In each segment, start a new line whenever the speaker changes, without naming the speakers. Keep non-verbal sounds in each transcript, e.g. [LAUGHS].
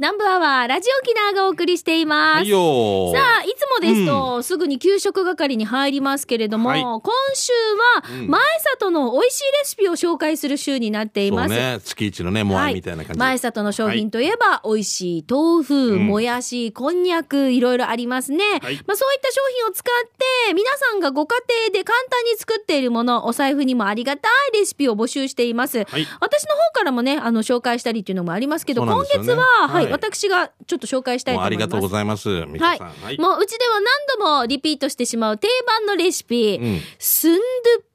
南部アワーラジオキナーがお送りしています。
はいよー
さあ、いつもですと、すぐに給食係に入りますけれども、
はい
今週は、
うん
前里の美味しいレシピを紹介する週になってい
そ
ま
う
す。
ね月一のねモアイみたいな感じ、
前里の商品といえば、美味しい豆腐、
うん
もやし、こんにゃく、いろいろありますね。
はい
まあそういった商品を使って、皆さんがご家庭で簡単に作っているもの、お財布にもありがたいレシピを募集しています。
はい
私の方からもね、あの、紹介したりっていうのもありますけど、
そうなん
今
です
月
よね
は、はい、
はい
私がちょっと紹介したいと
も
思
うあ
い
り
ます。
がとうございます
は
みか
い
さんはい、
もううちでは何度もリピートしてしまう定番のレシピ、
うん
スン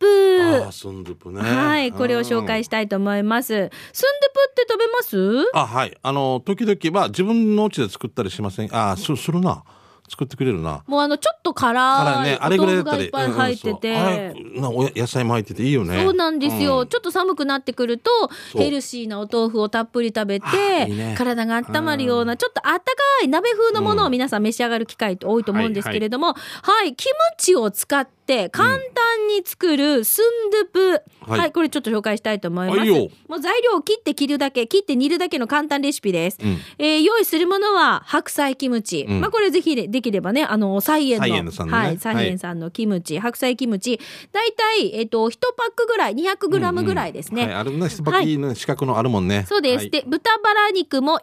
ドゥ
あ
プ。
ースンドゥプね
はい、これを紹介
し
したいと思います。スンドゥプって食べます
あはいあの時々まあ自分のお家で作ったりしませんあーすするな作ってくれるな
もうあの、ちょっと
あら
辛い
ね、あ
お
れぐら
豆
い
腐が
だった
い
り
っぱい入ってて。
うんうんそうあれなおや野菜も入ってていいよね
そうなんですよ、
うん
ちょっと寒くなってくると
そう
ヘルシーなお豆腐をたっぷり食べ
あ
て
いいね
体が温まるようなちょっとあったかい鍋風のものを皆さん召し上がる機会って多いと思うんですけれども、はいキムチを使って簡単に作るスンドゥプ、は、
はいい
これちょっと紹介したいと思います、
はいよ
もう材料を切って切るだけ切って煮るだけの簡単レシピです、
うん
えー用意するものは白菜キムチ、
うん
まあこれぜひできればねあの菜園の
菜園さんのね
はい、菜園さんのキムチ、白菜キムチ大体、えっと1パックぐらい 200g ぐらいですね、
はい、あれね、スパキの資格のあるもんね。
そうです、
はい
で豚バラ肉も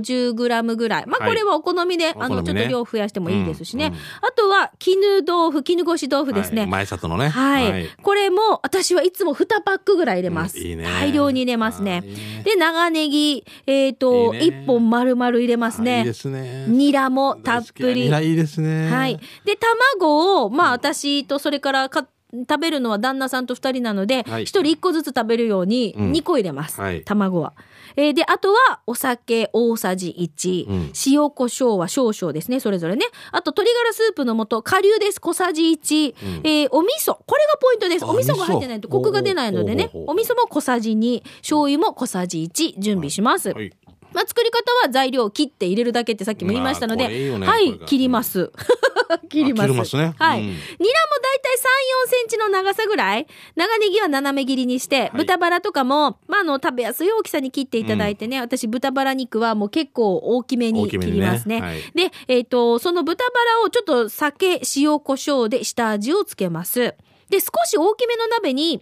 150g ぐらいまあ
はい
これはお好みで、あの
お好み
ちょ
ね
っと量増やしてもいいですしね、
うんうん
あとは絹豆腐絹ごし豆腐ですね、
はい前里のね。
はい、これも私はいつも2パックぐらい入れます、
うんいいね
大量に入れますね
あーいいね
で長ネギえっ、と
いい
一
ね
1本丸々入れます
あい
ね
いですね。
ニラもたっぷり
ニラいいですね。
はい。で、卵を、まあ、私とそれからか、食べるのは旦那さんと二人なので、一、
はい
人一個ずつ食べるように、
うん
二個入れます。
はい
卵は。えーで、あとは、お酒大さじ1、
うん
塩コショウは少々ですね、それぞれね。あと、鶏ガラスープの素、顆粒です、小さじ1。
うん
えーお味噌、これがポイントです。
あ
お味噌が入ってないと
味噌
コクが出ないのでね、
ほう
お
ほうほう
味噌も小さじ2、醤油も小さじ1、準備します。
はい。
まあ、作り方は材料を切って入れるだけってさっきも言いましたので、
まあこれいいよね
は
こ
い
れが
切ります、 [LAUGHS] 切ります
あ切りますね
はい、
うん
ニラもだいたい3 4センチの長さぐらい長ネギは斜め切りにして、豚バラとかも、まあ、あの食べやすい大きさに切っていただいてね、私豚バラ肉はもう結構大きめに
大き
切
めに
り
ね
ますね
はい
で、えっとその豚バラをちょっと酒塩コショウで下味をつけますで少し大きめの鍋に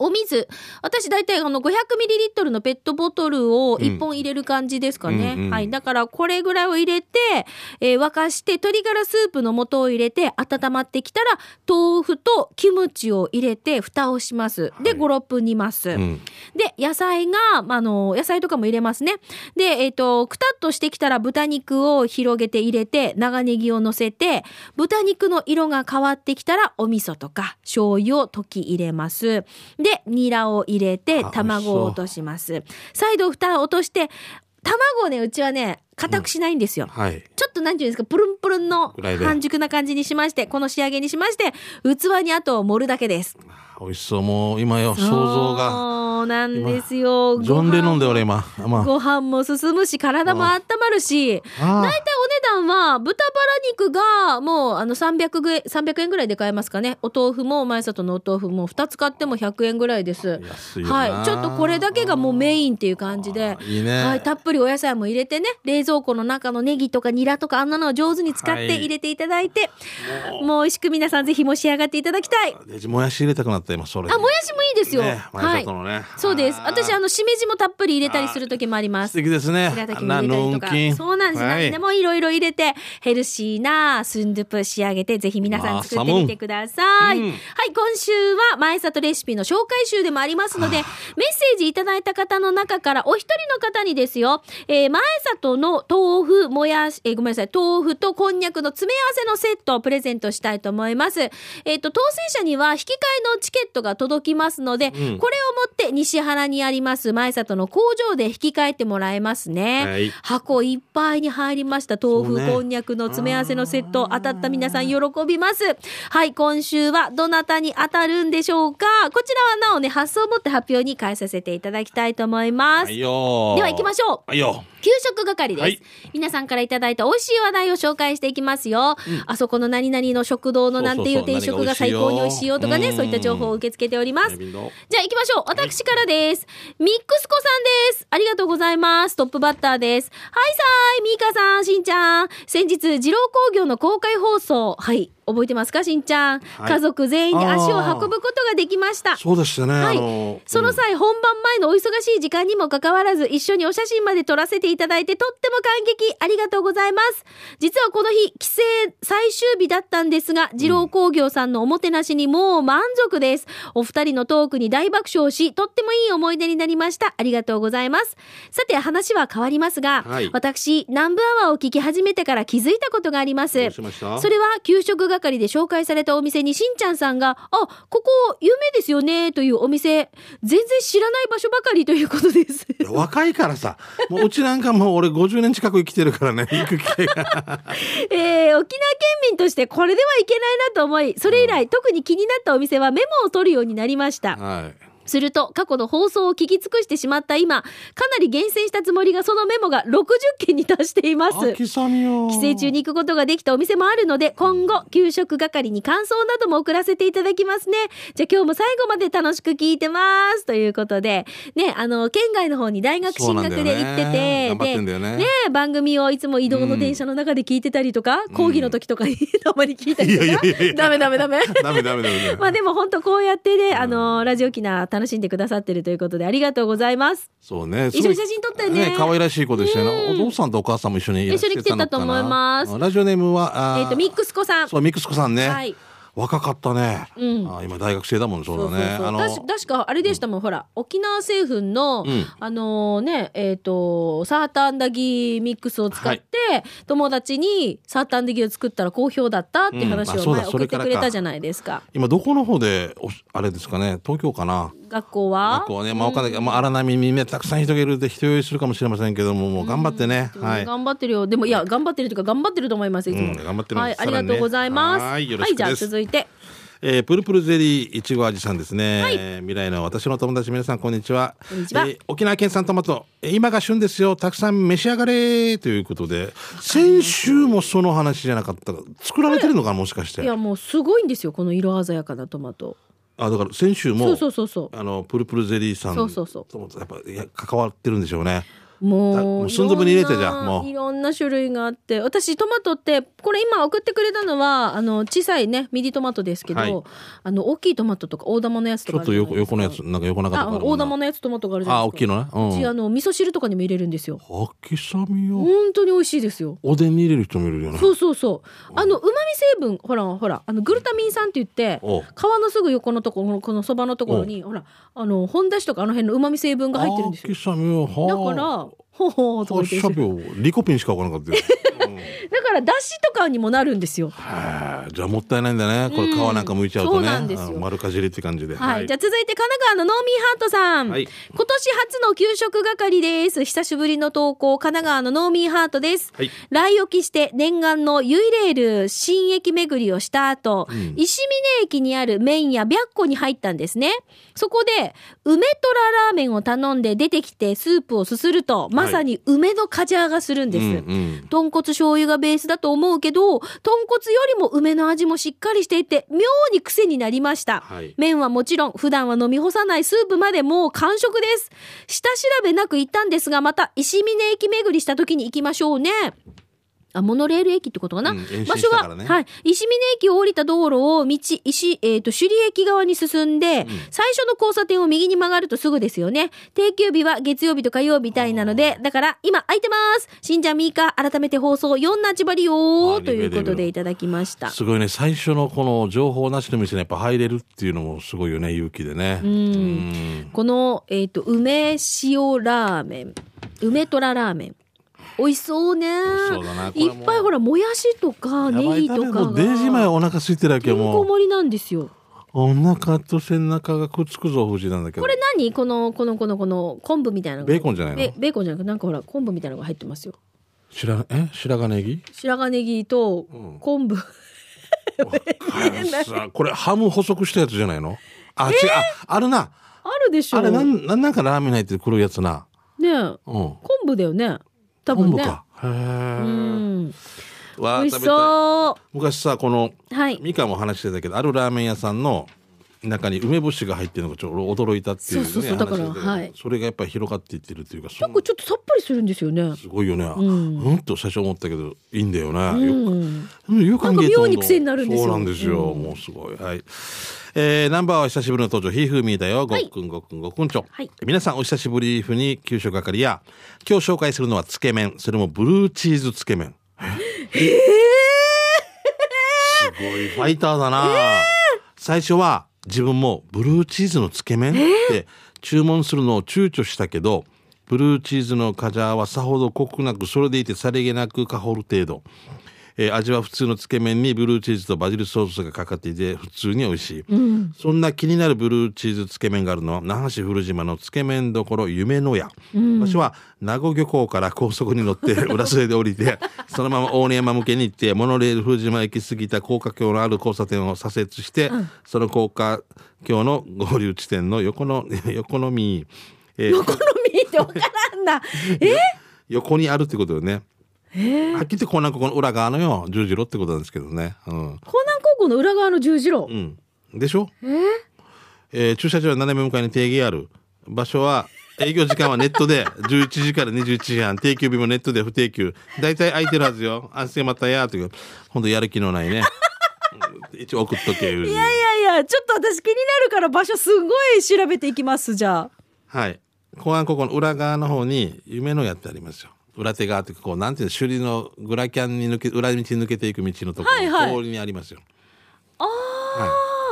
お水私大体あの 500ml のペットボトルを1本入れる感じですかね、
うんうんうん
はい、だからこれぐらいを入れて、えー沸かして鶏ガラスープの素を入れて温まってきたら豆腐とキムチを入れて蓋をしますで
はい
56分煮ます、
うん。
で野菜が、まあ、あの野菜とかも入れますねでえっ、とくたっとしてきたら豚肉を広げて入れて長ネギを乗せて豚肉の色が変わってきたらお味噌とか醤油を溶き入れますでニラを入れて
あ
卵を落とします再度蓋を落として卵をねうちはね固くしないんですよ、
はい。
ちょっとなんていうんですか、プルンプルンの
ぐらいで
半熟な感じにしまして、この仕上げにしまして、器にあと盛るだけです。
美味しそう。もう今よ、想像が。
そうなんですよ。
ジョン・レノンで俺今。まあ。
ご飯も進むし、体も温まるし、
あ
大
ー
体お値段は、豚バラ肉がもうあの300ぐ300円ぐらいで買えますかね。お豆腐も、前里のお豆腐も2つ買っても100円ぐらいです。
安いよな
はい。ちょっとこれだけがもうメインっていう感じで
あ。ーいいね。
はい、たっぷりお野菜も入れてね、冷蔵庫の中のネギとかニラとかあんなのを上手に使っ
は
て
い
入れていただいて、もう美味しく皆さんぜひ召し上がっていただきたい。
でもやし入れたくなった今、それ。
あ、もやしもいいですよ。
ね
は
前
い
里。のね。
そうです。私、あ
の。
の、しめじもたっぷり入れたりする時もあります
素。敵ですね。
平炊きも
な
入れた
の
り
ん
と
き
か。そうなんです。
はい
何でもいろいろ入れて、ヘルシーなスンドゥプ仕上げて、ぜひ皆さん作ってみてください。
まあ寒いうん
はい、今週は前里レシピの紹介集でもありますので、メッセージいただいた方の中から、お一人の方にですよ、えー前里の豆腐、もやし、えーごめんなさい、豆腐とこんにゃくの詰め合わせのセットをプレゼントしたいと思います。えっ、と、当選者には引き換えのチケットが届きますので、
うん
これを持って西原にあります前里の工場で引き換えてもらえますね。
はい
箱いっぱいに入りました豆腐、
そうね
こんにゃくの詰め合わせのセット当たった皆さん喜びますはい今週はどなたに当たるんでしょうかこちらはなおね発送をもって発表に変えさせていただきたいと思います、
はいよ
では行きましょう
はいよ
給食係です、
はい
皆さんからいただいた美味しい話題を紹介していきますよ、あそこの何々の食堂のなんていう
そうそうそう
定食が最高に美味しいよとかね
うん
そういった情報を受け付けております
ねびんど
じゃあ行きましょう。私からです。ミックス子さんです。ありがとうございます。トップバッターです。はいさーい、ミーカさん、しんちゃん。先日、二郎工業の公開放送。はい。覚えてますか、しんちゃん。
はい
家族全員で足を運ぶことができました。
そうでしたね、
はい
あの
その
うん
際、本番前のお忙しい時間にもかかわらず、一緒にお写真まで撮らせていただいて、とっても感激、ありがとうございます。実はこの日、帰省最終日だったんですが、二郎工業さんのおもてなしにもう満足です。お二人のトークに大爆笑し、とってもいい思い出になりました。ありがとうございます。さて、話は変わりますが、
はい
私、南部アワーを聞き始めてから気づいたことがあります。
どうしました
それは給食係で紹介されたお店にしんちゃんさんが「あここ有名ですよね」というお店全然知らない場所ばかりということです [LAUGHS]
いや若いからさもううちなんかもう俺50年近く生きてるからね行く機会が
[LAUGHS] えー沖縄県民としてこれではいけないなと思いそれ以来特に気になったお店はメモを取るようになりました
はい
すると過去の放送を聞き尽くしてしまった今かなり厳選したつもりがそのメモが60件に達しています
秋雨よ
帰省中に行くことができたお店もあるので今後給食係に感想なども送らせていただきますねじゃあ今日も最後まで楽しく聞いてますということでねあの県外の方に大学進学で行ってて
そうなんだよね頑張ってんだ
で
よね
ね番組をいつも移動の電車の中で聞いてたりとか、講義の時とかに [LAUGHS] たまに聞いたりと
いやいやいやい
か
や
ダメダメダメ
ダメダメダメダメ
まあでも本当こうやってねあのラジオ機な楽しんでくださってるということでありがとうございます
そうね
一緒に写真撮ったよね
可愛らしい子でしたよね
う
お
ん
父さんとお母さんも一緒にいらっしゃ
一緒に来てたと思います
ラジオネームはあ
えっ、とミックス子さん
そうミックス子さんね、
はい
若かったね、
うん
あ今大学生だもんそうだ
そうそう
ね
そう
あの
たし確かあれでしたもん、ほら沖縄製粉の、
うん
あのねえっ、とサーターアンダギーミックスを使って、友達にサーターアンダギーを作ったら好評だったって話
うんあ
を
そうだ
前
そ
送っ
れ
て
から
く
か
れたじゃないですか
今どこの方でおあれですかね東京かな
学校は
学校はね、まあ、わかんないけど、まあ、荒波にね、たくさん人がいるんで、人酔いするかもしれませんけども、もう頑張ってね。
うん
はい。
頑張ってるよでもいや頑張ってるというか頑張ってると思いますいつも、
うん頑張ってるん
は
で
い
す
ありがとうございます
さらにねはいよろ
は
し
い
くで
じ
す
ゃあ続いて
えー、プルプルゼリーいちご味さんですね、
はい
えー未来の私の友達皆さんこんにちは
こんにちは
えー沖縄県産トマト、えー今が旬ですよたくさん召し上がれということで先週もその話じゃなかった作られてるのかなもしかし
い
て
やもうすごいんですよこの色鮮やかなトマト
あだから先週も
そうそうそうそ
あのプルプルゼリーさん
そうそうそう
ともやっぱいや関わってるんでしょうね
うも
も
う
う寸止めに入れてじゃん
いろな
もう
いろんな種類があって私トマトってこれ今送ってくれたのはあの小さいねミディトマトですけど、
はい
あの大きいトマトとか大玉のやつと
ちょ
かあ
っ
るじ
と
ゃない
横横のやつなんか横なかった
あ
から
大玉のやつトマトがあるじゃない
あ
ですか
大きいのねう
うちあ
ん
の味噌汁とかにも入れるんですよ
秋雨よ
本当に美味しいですよ
おでんに入れる人もいるよね
そうそうそうあのうまみ成分ほらほらあのグルタミン酸って言って
おう
皮のすぐ横のところこのそばのところにほらあの本だしとかあの辺のうまみ成分が入ってるんですよ
秋雨よは
だ
あ
からほうほうと
あ
か
シ
言って
ャ
る
ビをリコピンしか分からなかったよ、うん
だからだしとかにもなるんですよ
へえじゃあもったいないんだねこれ皮なんか剥いちゃう
そ
と
う
ね、
なんですよ
あの丸かじりって感じで
はい、じゃあ続いて神奈川のノーミーハートさん、
はい
今年初の給食係です久しぶりの投稿神奈川のノーミーハートです、
はい
来沖して念願のゆいレール新駅巡りをした後、
うん
石峰駅にある麺屋白湖に入ったんですねそこで梅とらラーメンを頼んで出てきてスープをすするとまさに梅のカジャーがするんです、
うんうん
豚骨醤油がベースだと思うけど、豚骨よりも梅の味もしっかりしていて、妙に癖になりました。
はい
麺はもちろん、普段は飲み干さないスープまでもう完食です。下調べなく行ったんですが、また石峰駅巡りした時に行きましょうね。あ、モノレール駅ってことかな、
うん延伸
場
し
所
たから
は、
ね
はい、石峰駅を降りた道路を道、石、えっ、と、首里駅側に進んで、最初の交差点を右に曲がるとすぐですよね。定休日は月曜日と火曜日みたいなので、だから今空いてます。しんちゃんみーか、改めて放送4なちばりよ
あ
ー
ー
ということ
リベ
で
レル
いただきました。
すごいね最初のこの情報なしの店にやっぱ入れるっていうのもすごいよね勇気でねうん
この、えっ、と、梅塩ラーメン、梅とらラーメン。美味しそうね。
味しそうだなこれ
い
も
っぱいほら、もやしとか、
やば
ネ
い
ギ
だ
と
ね
か
もうデジ前
が。
お腹空いてるわけ
て
よ
んこ
もう
盛りなんですよ。
お腹と背中がくっつくぞ藤なんだけど
これ何この、この、この、この、昆布みたいなのが
ベーコンじゃないの
ベベーコンじゃなくて、なんかほら、昆布みたいなのが入ってますよ。
白え白髪ネギ
白髪ネギと
うん
昆布、 [LAUGHS]
さ [LAUGHS] あこれハム補足したやつじゃないのあ、違うああるな
あるでしょ
あれなんなんなんかラーメン入ってくるやつな
ねえ
うん
昆布だよね多分
昆
ね
布かへ
う
え
ん
わ
美
あ
味し
食べたい
そ
昔さこの
うはい
ミカも話してたけどあるラーメン屋さんの中に梅干しが入ってるのがちょっと驚いたっていうね
そうそうそうだから
話してたけど
はい
それがやっぱり広がっていってるというかそ
なん
ん
かちょっとさっぱりするんですよね
すごいよねうんんと最初思ったけどいいんだよねよく
うん
うん、よ
なんか妙に癖になるんですよ
そうなんですよ。
うん
もうすごい。はい。えー、ナンバーは久しぶりの登場、ひーふーみーだよ。ご
は
っ
い
くんごっくんごっくんちょ。
はい
皆さんお久しぶりふに給食係や、今日紹介するのはつけ麺。それもブルーチーズつけ麺。すごいファイターだな、最初は自分もブルーチーズのつけ麺って注文するのを躊躇したけど、ブルーチーズのカジャーはさほど濃くなく、それでいてさりげなく香る程度。えー味は普通のつけ麺にブルーチーズとバジルソースがかかっていて普通に美味しい、そんな気になるブルーチーズつけ麺があるのは那覇市古島のつけ麺どころ夢の屋、場所は名護漁港から高速に乗って浦添で降りてそのまま大根山向けに行ってモノレール古島行き過ぎた高架橋のある交差点を左折して、その高架橋の合流地点の横の [LAUGHS] 横のみ、えー
好みってわからんなえ
横にあるってことよねはっきり言ってこうなんかこの裏側のよ十字路ってことなんですけどねうん
江南高校の裏側の十字路、
うん、でしょ、えー駐車場は斜め向かいに定義ある場所は営業時間はネットで [LAUGHS] 11時から21時半定休日もネットで不定休大体空いてるはずよ安静またやーというほんとやる気のないねうん一応送っとけ
いやいやいやちょっと私気になるから場所すごい調べていきますじゃあ
はい公安高校の裏側の方に夢のやってありますよ裏手側っていうかこうなんていうの首里のグラキャンに抜け裏道に抜けていく道のところ、
はいはい
通りにありますよ
あ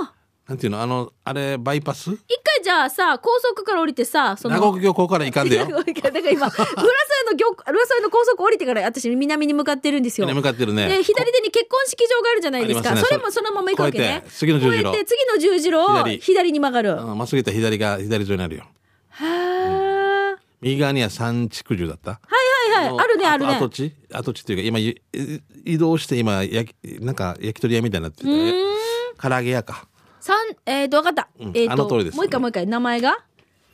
あ、
なんていうのあのあれバイパ
一
ス
回じゃあさ高速から降りてさその
名古屋漁港から行かんで
[LAUGHS]
よ
いやだから今浦添の漁浦添の高速降りてから私南に向かってるんですよ
南に向かってるね
で左手に結婚式場があるじゃないです
あ
か
ります
そ
ね
れもそのまま行くわけね
越えて次の十字路
越えて次の十字路を
左
左に曲がるは
うんまっすぐ行ったら左が左上になるよ
あ
右側には三畜獣だった
はいはいはいあるねあるね
跡地跡地というか今ゆい移動して今焼きなんか焼き鳥屋みたいになってて唐揚げ屋か
三えっ、とわかった、
うん
えっ、
あ
と
の通りです
もう一回もう一回名前が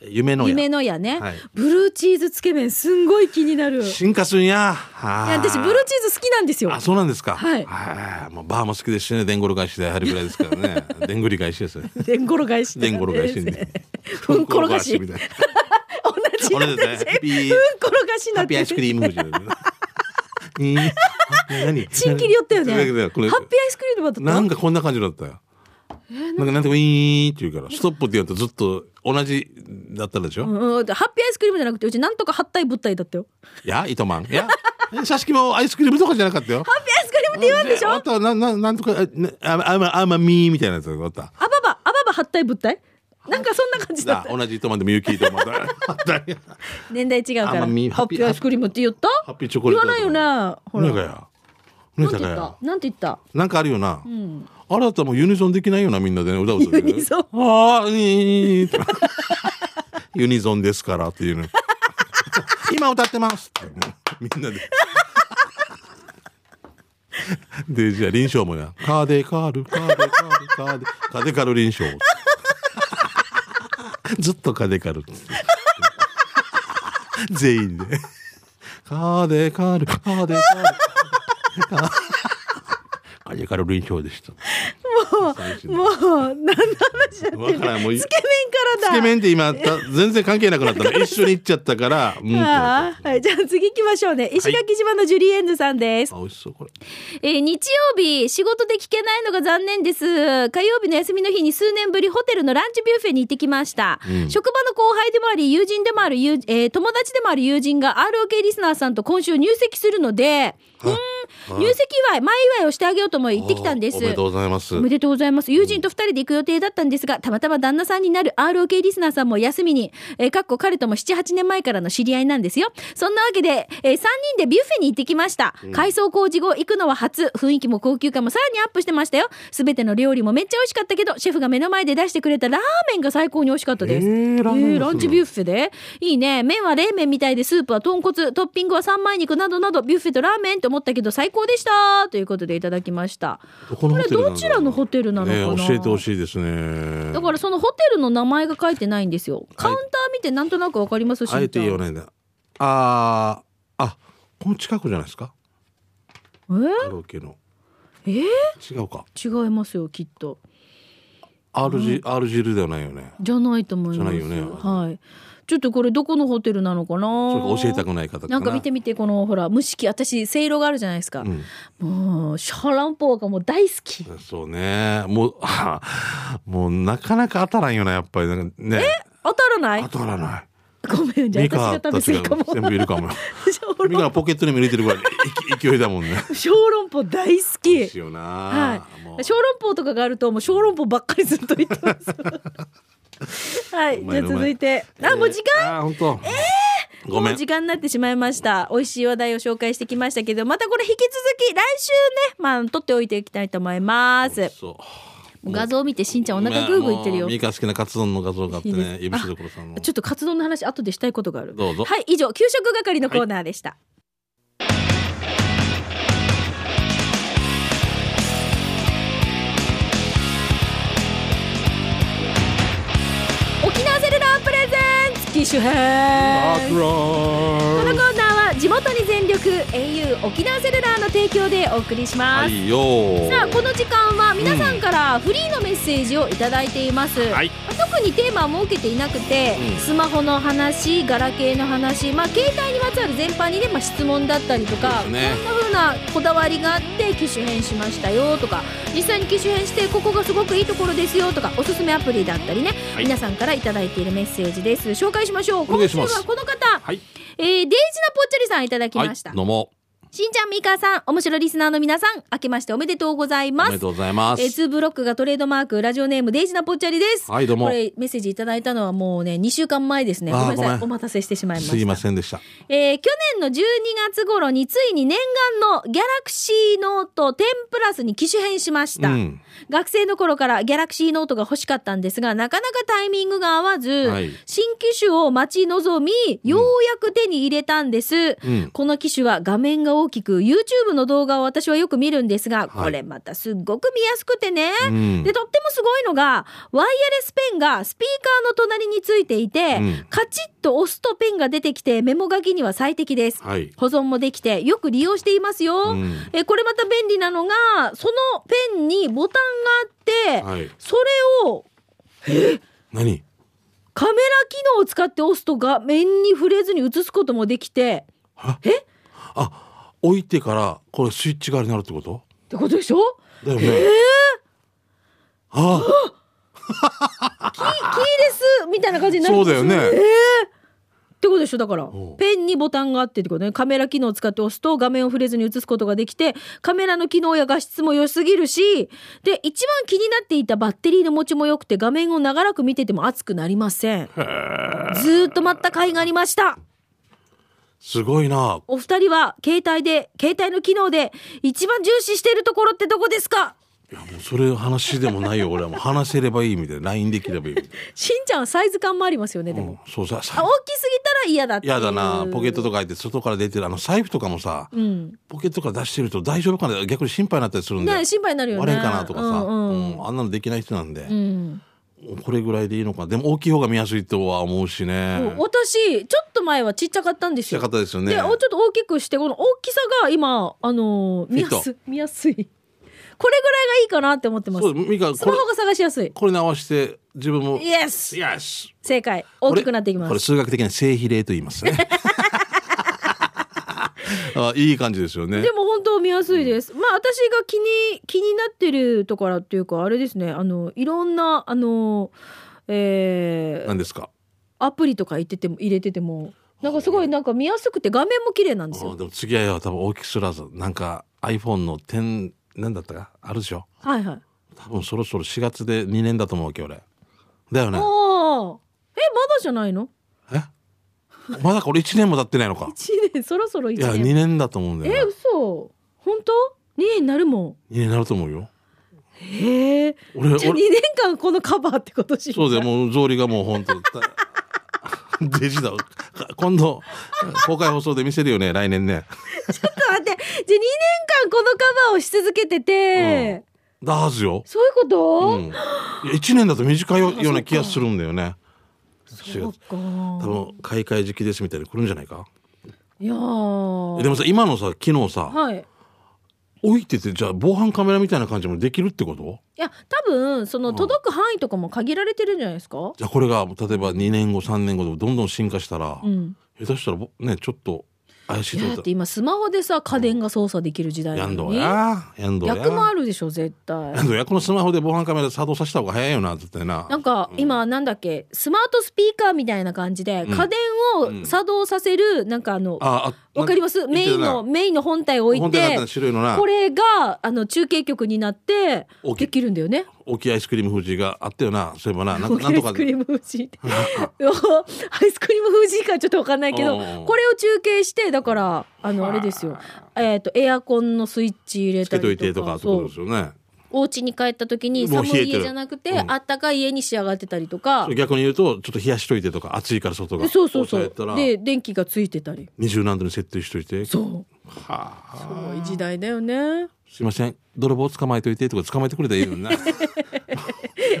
夢の屋
夢の屋ね、
はい
ブルーチーズつけ麺すんごい気になるい
進化するんやは
や私ブルーチーズ好きなんですよ
あそうなんですか
はい
いもうバーも好きですしねでんぐり返しでやはりぐらいですから
[LAUGHS]
ねでんぐり返しですね
でんごろ返し
でんごろ返しに
ふんころが
[LAUGHS]
し
みたいな
[LAUGHS] 同じ
俺だねハッピー
ふんころがしにな
ハ
っ
ッ
て
ピーア
る
イスクリーム夫人に [LAUGHS]
[LAUGHS]
何
チン切り寄ったよね。ハッ
何
ピーアイ
これ
スクリームだった。
なんかこんな感じだったよ。なんかなんとかウィーンって言うから、ストップって言うとずっと同じだったでしょ、い
うんうん、ハッピーアイスクリームじゃなくて、うちなんとか八体物体だったよ。
や、糸満。いや、 [LAUGHS] 写真もアイスクリームとかじゃなかったよ。
ハッピーアイスクリームって言わんでしょ。
あとはな、な、なんとか、あ、ねああま、あまみーみたいなやつだった。
アババ、アババ八体物体。なんかそんな感じだっ
あ
た。
同じ糸満でも [LAUGHS] 雪糸満だ。
年代違うから。ハ
あまあみ
ッピーアイスクリームって言った。
ハッピーチョコレート
言わないよね。ほ
ね
ら。
え
な
か
んて
や。ね
言っ
えか
た
や。。
なんて言った。
なんかあるよな。あれだったらもうユニゾンできないよな、みんなでね、歌うと。
ユニゾン
ああ、いい。ユニゾンですからっていうの。今歌ってますってみんなで。で、じゃあ、臨床もや。カーデカール、カーデカール、カーデ、カデカル臨床。ずっとカデカル。 [LAUGHS] 全員で。カーデカール、カーデカール。カデカル臨床でした。
もう、なんの話だ。
わからん、もう。
つけ麺からだ。
つけ麺って今た全然関係なくなったの一緒に行っちゃったから、うん、あ
ああはい、じゃあ次行きましょうね。石垣島のジュリエンヌさんです。
美味しそうこれ
えー日曜日仕事で聞けないのが残念です火曜日の休みの日に数年ぶりホテルのランチビュッフェに行ってきました、職場の後輩でもあり友人でもある友、えー友達でもある友人が ROK リスナーさんと今週入籍するのでうー
はい
入籍祝い前祝いをしてあげようと思い行ってきたんです
おめでとうございます
おめでとうございます。友人と2人で行く予定だったんですが、たまたま旦那さんになる ROK リスナーさんも休みに、えー、かっこ彼とも7、8年前からの知り合いなんですよ。そんなわけで、え3人でビュッフェに行ってきました。改装工事後行くのは初、雰囲気も高級感もさらにアップしてましたよ。すべての料理もめっちゃ美味しかったけど、シェフが目の前で出してくれたラーメンが最高に美味しかったです。
えーラーメン
えーランチビュッ
フ
フェでいいね麺は冷麺みたいでスープは豚骨トッピングは三枚肉などなどビュッフェとラーメンと思ったけど最高でしたということでいただきました
どこの
こ
ホ
れ
テルなんだろう
どちらのホテルなのかな、
ね教えてほしいですね
だからそのホテルの名前が書いてないんですよカウンター見てなんとなくわかりますし
あえて言わないんだあーあこの近くじゃないですかカラオケの
えー
違うか
違いますよきっと
RG、RG ルではないよね
じゃないと思います
じゃないよね
はいちょっとこれどこのホテルなのか
そ
な
れか教えたくない方か
な
な
んか見てみてこのほら蒸し器私せいろがあるじゃないですか、
うん
もうシャランポーがもう大好き
そうねもう [LAUGHS] もうなかなか当たらんよなやっぱりなんかね
当たらない
当たらない
ごめんじゃあ私が
ミカ
食べ
た
過
ち
ぎかも
が全部いる
[LAUGHS]
かもよ
小
ミ
籠
カポケットにも入れてるぐらいい
[LAUGHS]
勢いだもんね
小籠包大好き
ですよな、も
は
う
い、小籠包とかがあるともう小籠包ばっかりずっと言ってます
[LAUGHS]
は
う
い
ま
じ
い
ゃあ
うまい
続いてあもう時間
間あー本当、ごめ
もうん時間になってしまいました美味しい話題を紹介してきましたけどまたこれ引き続き来週ねまあ撮っておいていきたいと思います
そう
画像を見てしんちゃんお腹グーグーいってるよ
ミカ好きなカツ丼の画像があって
いいで
ね
す
いぶしどころさんの
ちょっと活動の話後でしたいことがある
どうぞ
はい以上給食係のコーナーでした、沖縄セルラープレゼンツ機種
ア
編
クロ
この
ー
コーナーは地元に全力 au 沖縄セルラーの提供でお送りします、
はいよ
さあこの時間は皆さんからフリーのメッセージをいただいています、
はい
特にテーマは設けていなくて、
うん
スマホの話ガラケーの話、まあ、携帯にまつわる全般にね、まあ、質問だったりとか、
そうですね
こんな風なこだわりがあって機種変しましたよとか実際に機種変してここがすごくいいところですよとかおすすめアプリだったりね、
はい
皆さんからいただいているメッセージです紹介しましょう
お願
今
いし
週
ま
は
す
この方、
はい
えー、デイジナポッチョリさんいただき
は
ま
い
した、
どうも
しんちゃんみーかーさん面白リスナーの皆さん明けましておめでとうござい
お
ま
め
す
でとうございます
えー、ツーブロックがトレードマーク、ラジオネーム、デイジナポッチャリです。
はいどうも
これ、メッセージいただいたのはもうね、2週間前ですね。
あ
ご
ー
めんな
ご
さ
め
い。
ん
お待たせしてしまいました。
すいませんでした
えー去年の12月頃についに念願のギャラクシーノート10プラスに機種変しました。
うん
学生の頃からギャラクシーノートが欲しかったんですが、なかなかタイミングが合わず、
はい
新機種を待ち望み、ようやく手に入れたんです。
うん
この機種は画面が大きく YouTube の動画を私はよく見るんですが、これまたすっごく見やすくてね、
うん
でとってもすごいのがワイヤレスペンがスピーカーの隣についていて、
うん
カチッと押すとペンが出てきてメモ書きには最適です、
はい
保存もできてよく利用していますよ、
うん
えこれまた便利なのがそのペンにボタンがあって、
はい
それを
何
カメラ機能を使って押すと画面に触れずに映すこともできて
あ置いてからこれスイッチ代わりになるってこと
ってことでしょ
だよねあ
キーですみたいな感じになる
そうだよね
えーってことでしょだから
おう
ペンにボタンがあってってことねカメラ機能を使って押すと画面を触れずに映すことができてカメラの機能や画質も良すぎるしで一番気になっていたバッテリーの持ちも良くて画面を長らく見てても熱くなりませんずーっと待った甲斐がありました
すごいな
お二人は携帯で携帯の機能で一番重視しているところってどこですか
いやもうそれ話でもないよ俺はもう話せればいいみたいな LINE できればいいみたい
しんちゃんはサイズ感もありますよねで
な、う
も、
ん、そうささ
あ大きすぎたら嫌だっていう
やだなポケットとか入って外から出てるあの財布とかもさ、
うん
ポケットから出してると大丈夫かな逆に心配になったりするんで、
ね心配になるよね
割れんかなとかさ、
うんうん
うんあんなのできない人なんで
う、ん
これぐらいでいいのかでも大きい方が見やすいとは思うしね
私ちょっと前はちっちゃかったんで
し
す
た
よ
かっ。たですよね
で、おちょっと大きくしてこの大きさが今あのー見や
フィ
す
ッ
い見やすい。これぐらいがいいかなって思ってます
そ。うミカ
ス
こ
マ
れ
ホが探しやすい。
これに合わせて自分も
イエス
イエス
正解大きくなっていきま
これこれ
す。
数学的に正比例と言いま
[LAUGHS]
すねあいい感じですよね
でも本当見やすいです。まあ私が気に気になってるところっていうかあれですねあのいろんなあのーえー
何ですか
アプリとか入ってても入れててもなんかすごいなんか見やすくて画面も綺麗なんです
あ
よ。
でも次はよ多分大きくすらずなんか iPhone の10なんだったかあるでしょ
はいはい。
多分そろそろ4月で2年だと思うわけ俺だよね
おお。えまだじゃないの？
えまだこれ1年も経ってないのか
一年そろそろ一
いや2
年。
年だと思うんだ
え
よ、ね、
嘘。本当？二年になるも
2年になると思うよ
ん。へえ。
俺
じゃあ
俺
二年間このカバーってことし。
そうだよもう草履がもう本当 [LAUGHS] デジだ今度公開放送で見せるよね来年ね
ちょっと待って。じゃあ二年間このカバーをし続けてて、
だはずよ、
そういうこ
う
と？
ん、いや1年だと短いような気がするんだよね
そうか。
多分買い替え時期ですみたいに来るんじゃないか
いや
で
ー。
もさ今のさ機能さ、
はい。
置いててじゃあ防犯カメラみたいな感じもできるってこと
いや多分その届く範囲とかも限られてるんじゃないですか？
じゃあこれが例えば2年後3年後でもどんどん進化したら、
うん。
下手したらぼねちょっと怪しい
い
と
や
思
だ
っ
ったて今スマホでさ家電が操作できる時代
らや
なんの
ど
に
ややんどや
逆もあるでしょ絶対
やんどやこのスマホで防犯カメラ作動させた方が早いよなってってな
なんか今なんだっけスマートスピーカーみたいな感じで
うん
家電を作動させるなんかあの
ああ
わかりますメイン
な
のメインの本体を置い
本体だった
て
ら白いのな
これがあの中継局になって
大きい
できるんだよね。
大きいアイスクリーム富士があったよなそういえばなな
ア
んなん
イ
とか
スクリーム風
[LAUGHS]
神アイスクリーム風神かちょっとわかんないけど
おうおう
これを中継してだからあのあれですよえっとエアコンのスイッチ入れ
つ
た
けと
り
いてと
と
か
か
ってこ
そ
と
う
ですよね
お家に帰った時に
もう
寒
冷えてる
い家じゃなくて、
うん
あったかい家に仕上がってたりとか
それ逆に言うとちょっと冷やしといてとか暑いから外が
そうそうそ
やったら
うで電気がついてたり
20何度に設定しといて
そう
はあ
すごい時代だよ
[LAUGHS]
ね
すいません泥棒捕まえといてとか捕まえてくれたらいい
[LAUGHS]
のにな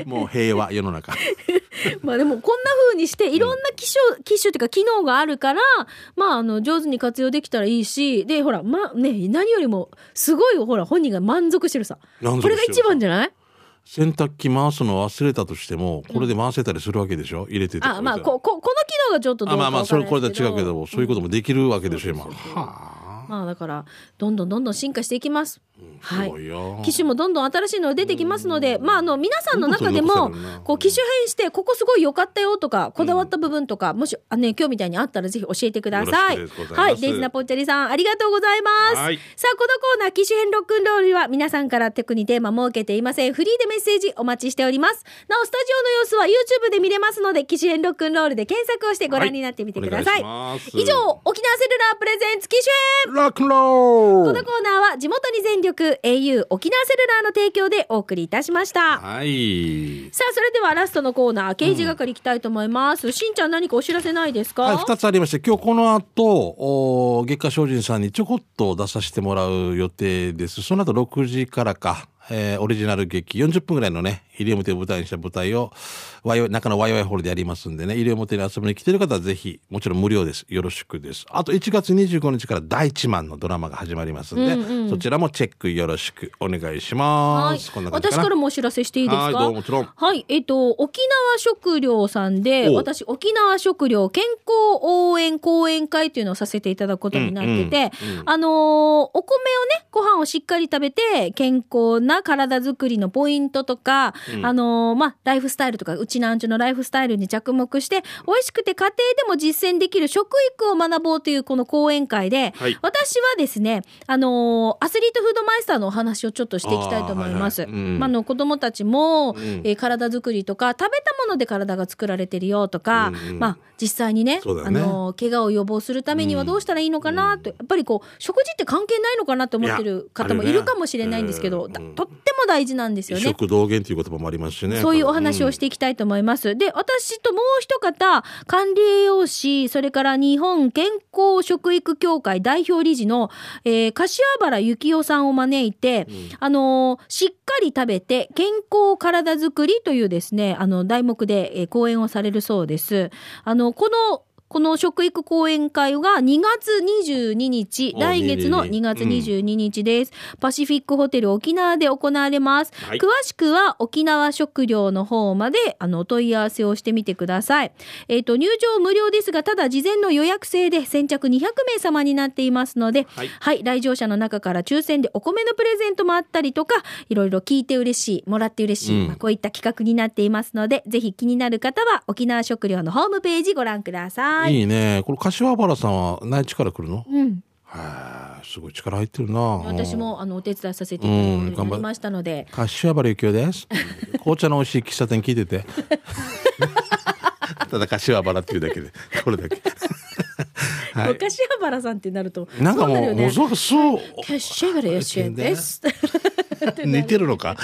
もう平和世の中
まあでもこんな風にしていろんな機種機種っていうか機能があるからまああの上手に活用できたらいいしでほらまね何よりもすごいほら本人が満足してるさ
満足して
これ
る
が一番じゃない
洗濯機回すの忘れたとしてもこれで回せたりするわけでしょ入れてて
あまあこここの機能がちょっとどうか
あま
わ
あまあ
か
そ
ら
れ
ない
これとは違うけど、そういうこともできるわけでしょ今
そうそうそう
は
まあだからどんどんどんどん進化していきます、
あ
は
す
い
ごいよ、
機種もどんどん新しいのが出てきますので、まあ、あの皆さんの中で
ど
も
んどん残せるな
こう機種変してここすごい良かったよとかこだわった部分とか、もしあ、ね、今日みたいにあったらぜひ教えてください。
よろしくですござい
は
ます
い、デイズナポッチャリさんありがとうございます。
はい
さあこのコーナー機種変ロックンロールは皆さんから特にテーマ設けていませんフリーでメッセージお待ちしておりますなおスタジオの様子は YouTube で見れますので機種変ロックンロールで検索をしてご覧になってみてください,、
はいお願いします
以上沖縄セルラープレゼンツ機種変
ラックンロ
こ
ー
の
ル
コーナーは地元に全力 au 沖縄セルラーの提供でお送りいたしました。
はい
さあ、それではラストのコーナー、刑事係いきたいと思います。しんちゃん何かお知らせないですか、
はい、2つありまして今日この後お月下精進さんにちょこっと出させてもらう予定ですその後6時からか、えーオリジナル劇40分ぐらいのね西表を舞台にした舞台をワイワイ中のワイワイホールでやりますんでね西表に遊びに来てる方はぜひもちろん無料ですよろしくですあと1月25日から第一マンのドラマが始まりますんで、そちらもチェックよろしくお願いしま
はい
す、こんな感じ
私からもお知らせしていいですか
はいどうももちろん
はいえっ、と沖縄食料さんで
お
私沖縄食料健康応援講演会というのをさせていただくことになってて、あのーお米をねご飯をしっかり食べて健康な体づくりのポイントとか、あのーまあライフスタイルとかうちなんちゅのライフスタイルに着目して美味しくて家庭でも実践できる食育を学ぼうというこの講演会で、
はい
私はですねあのーアスリートフードマイスターのお話をちょっとしていきたいと思います。
あーはいはいうん
まああの子供たちも、
ん
えー体作りとか食べたもので体が作られてるよとか、
うんうん
まあ実際にね
そうだ
あ
よね
の怪我を予防するためにはどうしたらいいのかなと、やっぱりこう食事って関係ないのかなと思って
いや
る方も
ある
い
よ
る
ね
かもしれないんですけど、
うん
だとっても大事なんですよ
移
ね。
植同源という言葉もありますしね、
そういうお話をしてていきたいと思います。で、私ともう一方、管理栄養士、それから日本健康食育協会代表理事の、えー柏原幸雄さんを招いて、あのーしっかり食べて健康体づくりというですね、あの、題目で、えー講演をされるそうです。あの、この、この食育講演会が2月22日、
お
来月の
22
2月22日です。パシフィックホテル沖縄で行われます。
はい
詳しくは沖縄食料の方まであのお問い合わせをしてみてください。えっ、と入場無料ですが、ただ事前の予約制で先着200名様になっていますので、
はい
はい、来場者の中から抽選でお米のプレゼントもあったりとか、いろいろ聞いて嬉しい、もらって嬉しい、
うん
まあこういった企画になっていますので、ぜひ気になる方は沖縄食料のホームページご覧ください。い。
いいねこれ柏原さんは内地から来るの
うん。
へえすごい力入ってるな私
私もあのお手伝いさせていただくことになりましたので、
柏原幸
[LAUGHS]
雄です。紅茶の美味しい喫茶店聞いてて。ただ柏原っていうだけで、これ
[LAUGHS]
だけ。は
昔は原さんってなると
い。なんかも、
そうう
も
な
う
る
す
よね
ごくそう、
キャッシュがレシェです。
似てるのか。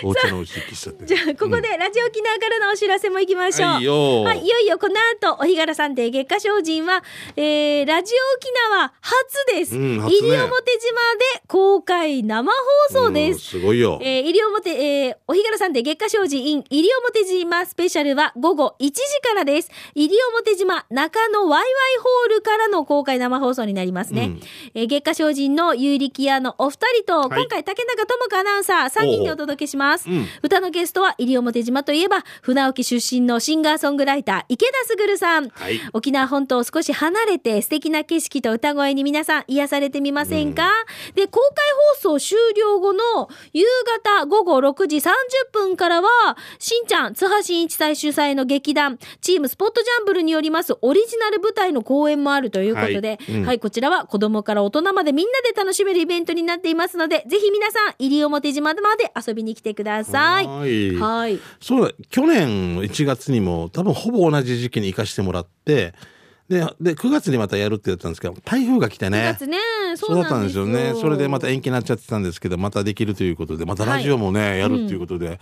紅茶の美味しい喫茶店。
じゃあここでラジオ沖縄からのお知らせもいきましょう。
はいよ
はい、いよいよこの後お日柄さんで月下精進は、えー、ラジオ沖縄初です。
うん初ね
西表島で公開生放送で
うん
す。
すごいよ。
えー、西表、えー、お日柄さんで月下精進 in 西表島スペシャルは午後1時からです。西表島中野ワイワイホールからの公開生放送になりますね。
うん
えー、月下精進の有力屋のお二人と、
はい
今回竹中智子アナウンサー3人でお届けします。
うん
歌のゲストは西表島といえば、船沖出身のシンガーソングライター池田卓さん。
はい。
沖縄本島を少し離れて素敵な景色と歌声に皆さん癒されてみませんか、で公開放送終了後の夕方午後6時30分からはしんちゃん津波真一さん主催の劇団チームスポットジャンブルによりますオリジナル舞台の公演もあるということで、
は
はいい
うん
こちらは子供から大人までみんなで楽しめるイベントになっていますのでぜひ皆さん西表島まで遊びに来てください。
はい
はい
そうだ去年1月にも多分ほぼ同じ時期に行かしてもらってでで9月にまたやるってやったんですけど台風が来て
9
ね
月ね、
そうだったんですよねそれでまた延期になっちゃってたんですけどまたできるということでまたラジオもね、やるっていうことで、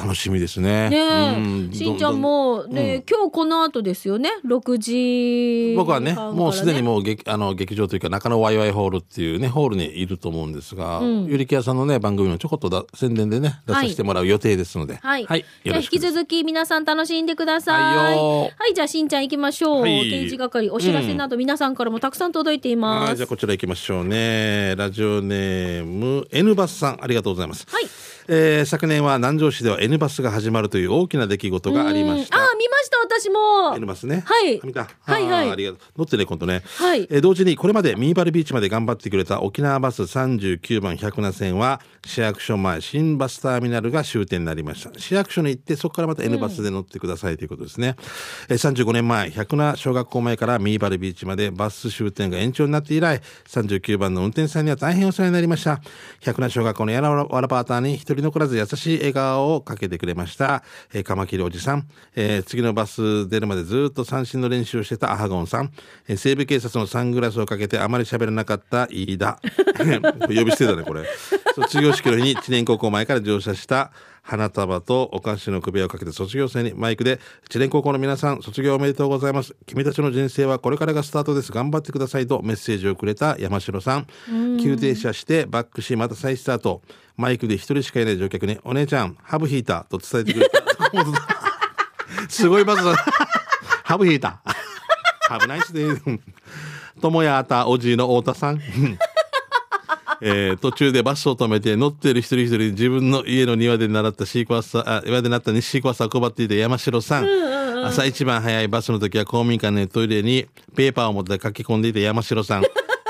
楽しみです [LAUGHS] ね。う
ねえ、
ん
しんちゃんもね、今日この後ですよね、六時、
僕はねもうすでにもう劇あの劇場というか中野ワイワイホールっていうねホールにいると思うんですが、ゆりきやさんのね番組のちょこっとだ宣伝でね出させてもらう予定ですので、
はい、じ
よ
ゃあ
ろ
引
しく
き続き皆さん楽しんでください。
は
はいい、
よ
じゃあしんちゃん行きましょう。
はい
定時係お知らせなど皆さんからもたくさん届いてい
は
ま
い、じゃ
す。
あこちら行きましょうね。ラジオネーム N バスさん、ありがとうございます。
はい
えー昨年は南城市では N バスが始まるという大きな出来事がありまし
うんあ
た。
ー、見ました私も。
N バスね。
はい
あ見た。
はいはい
あーありがとう。乗ってね、今度ね。
はい
えー同時に、これまでミーバルビーチまで頑張ってくれた沖縄バス39番百名線は、市役所前新バスターミナルが終点になりました。市役所に行って、そこからまた N バスで乗ってくださいということですね。えー35年前、百名小学校前からミーバルビーチまでバス終点が延長になって以来、39番の運転手さんには大変お世話になりました。百名小学校のやらわらパーターに一人残らず優しい笑顔をかけてくれました。えー、カマキリおじさん、えー次のバス出るまでずっと三振の練習をしてたアハゴンさん、えー西部警察のサングラスをかけてあまり喋らなかった飯田。 [LAUGHS] 呼び捨てだね、これ。卒業式の日に知念高校前から乗車した花束とお菓子の首をかけて卒業生にマイクで「知念高校の皆さん卒業おめでとうございます君たちの人生はこれからがスタートです頑張ってください」とメッセージをくれた山城さん急停車してバックしまた再スタートマイクで一人しかいない乗客に「お姉ちゃんハブヒーター」と伝えてくれたすごいバズだハブヒーターハブナイスです友やあたおじいの太田さんえー途中でバスを止めて乗っている一人一人に自分の家の庭で習ったシークワーサーあ庭でなったシークワーサーを配っていた山城さん,、朝一番早いバスの時は公民館のトイレにペーパーを持って書き込んでいた山城 [LAUGHS] さん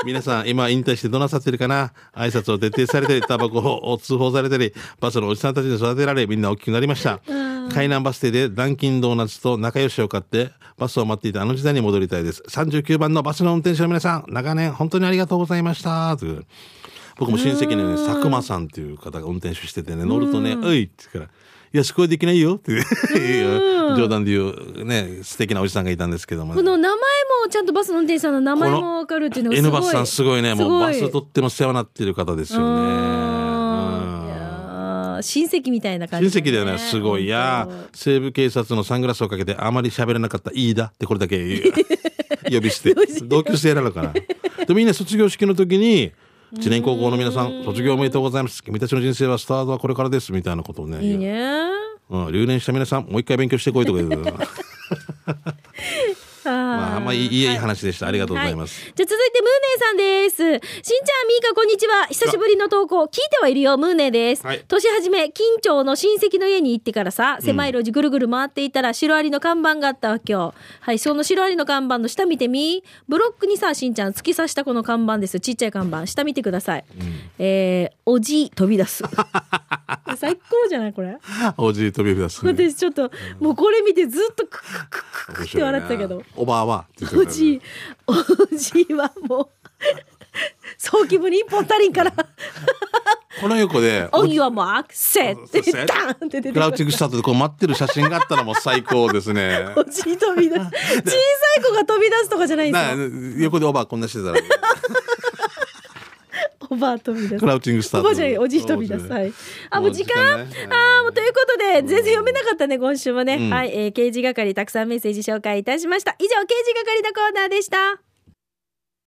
皆さん今引退してどなさってるかな挨拶を徹底されたりタバコを通報されたりバスのおじさんたちに育てられみんな大きくなりました海南バス停でダンキンドーナツと仲良しを買ってバスを待っていたあの時代に戻りたいです39番のバスの運転手の皆さん長年本当にありがとうございましたという僕も親戚のね佐久間さんっていう方が運転手しててね乗るとね「おい」って言うから「いやすごいできないよ」って [LAUGHS] いう冗談で言うね素敵なおじさんがいたんですけども
こ
ね。
の名前もちゃんとバスの運転手さんの名前もわかるっていうのがす
N
ごい。
バスさんすごいねもうバスとっても世話になっている方ですよね。
うん
うん
いやー親戚みたいな感
親
じ、
戚だよね、すごい。いや
本
ー、西部警察のサングラスをかけてあまり喋らなかった飯田ってこれだけ言う呼
[LAUGHS]
びして、同級生なのかな。で、みんな卒業式の時に、知念高校の皆さん、卒業おめでとうございます。君たちの人生はスタートはこれからです、みたいなことをね。
当い
言
いうね。
うん、留年した皆さん、もう一回勉強してこいとか言
[LAUGHS]
う。
あー
まあ、あんまいいいい話でした。ありがとうございます。
はいじゃあ続いてムーネーさんです。しんちゃん、みーか、こんにちは。久しぶりの投稿、聞いてはいるよ、ムーネーです。
はい
年始め、近町の親戚の家に行ってからさ、狭い路地ぐるぐる回っていたら、シロアリの看板があったわけよ。はい、そのシロアリの看板の下見てみ。ブロックにさ、しんちゃん、突き刺したこの
[LAUGHS]
看板です。ちっちゃい看板、下見てください。えー、おじ、飛び出す。最高じゃないこれ。
おじいとビーフ出す、
私ちょっともうこれ見てずっとクックックック
面
ッって
白い
笑ってたけど
ね。おばあはって言って
お
たね
じいおじいはもう早期部に一本足りんから
この横で
「オンユアもアクセ」って
そうそう
ダンって出て
ク
く
ラウチン
る
グした後でこう待ってる写真があったらもう最高ですね
[LAUGHS] おじい飛び出す小さい子が飛び出すとかじゃないんで
だ
す
から
よ
横でおばあこんなしてたら
[LAUGHS] おばあ飛び出す
クラウチングスター
おばあじゃないおじい飛び出すはいあもう時間あーもうということで全然読めなかったね今週もね、
うん
はい、えー、刑事係たくさんメッセージ紹介いたしました以上刑事係のコーナーでした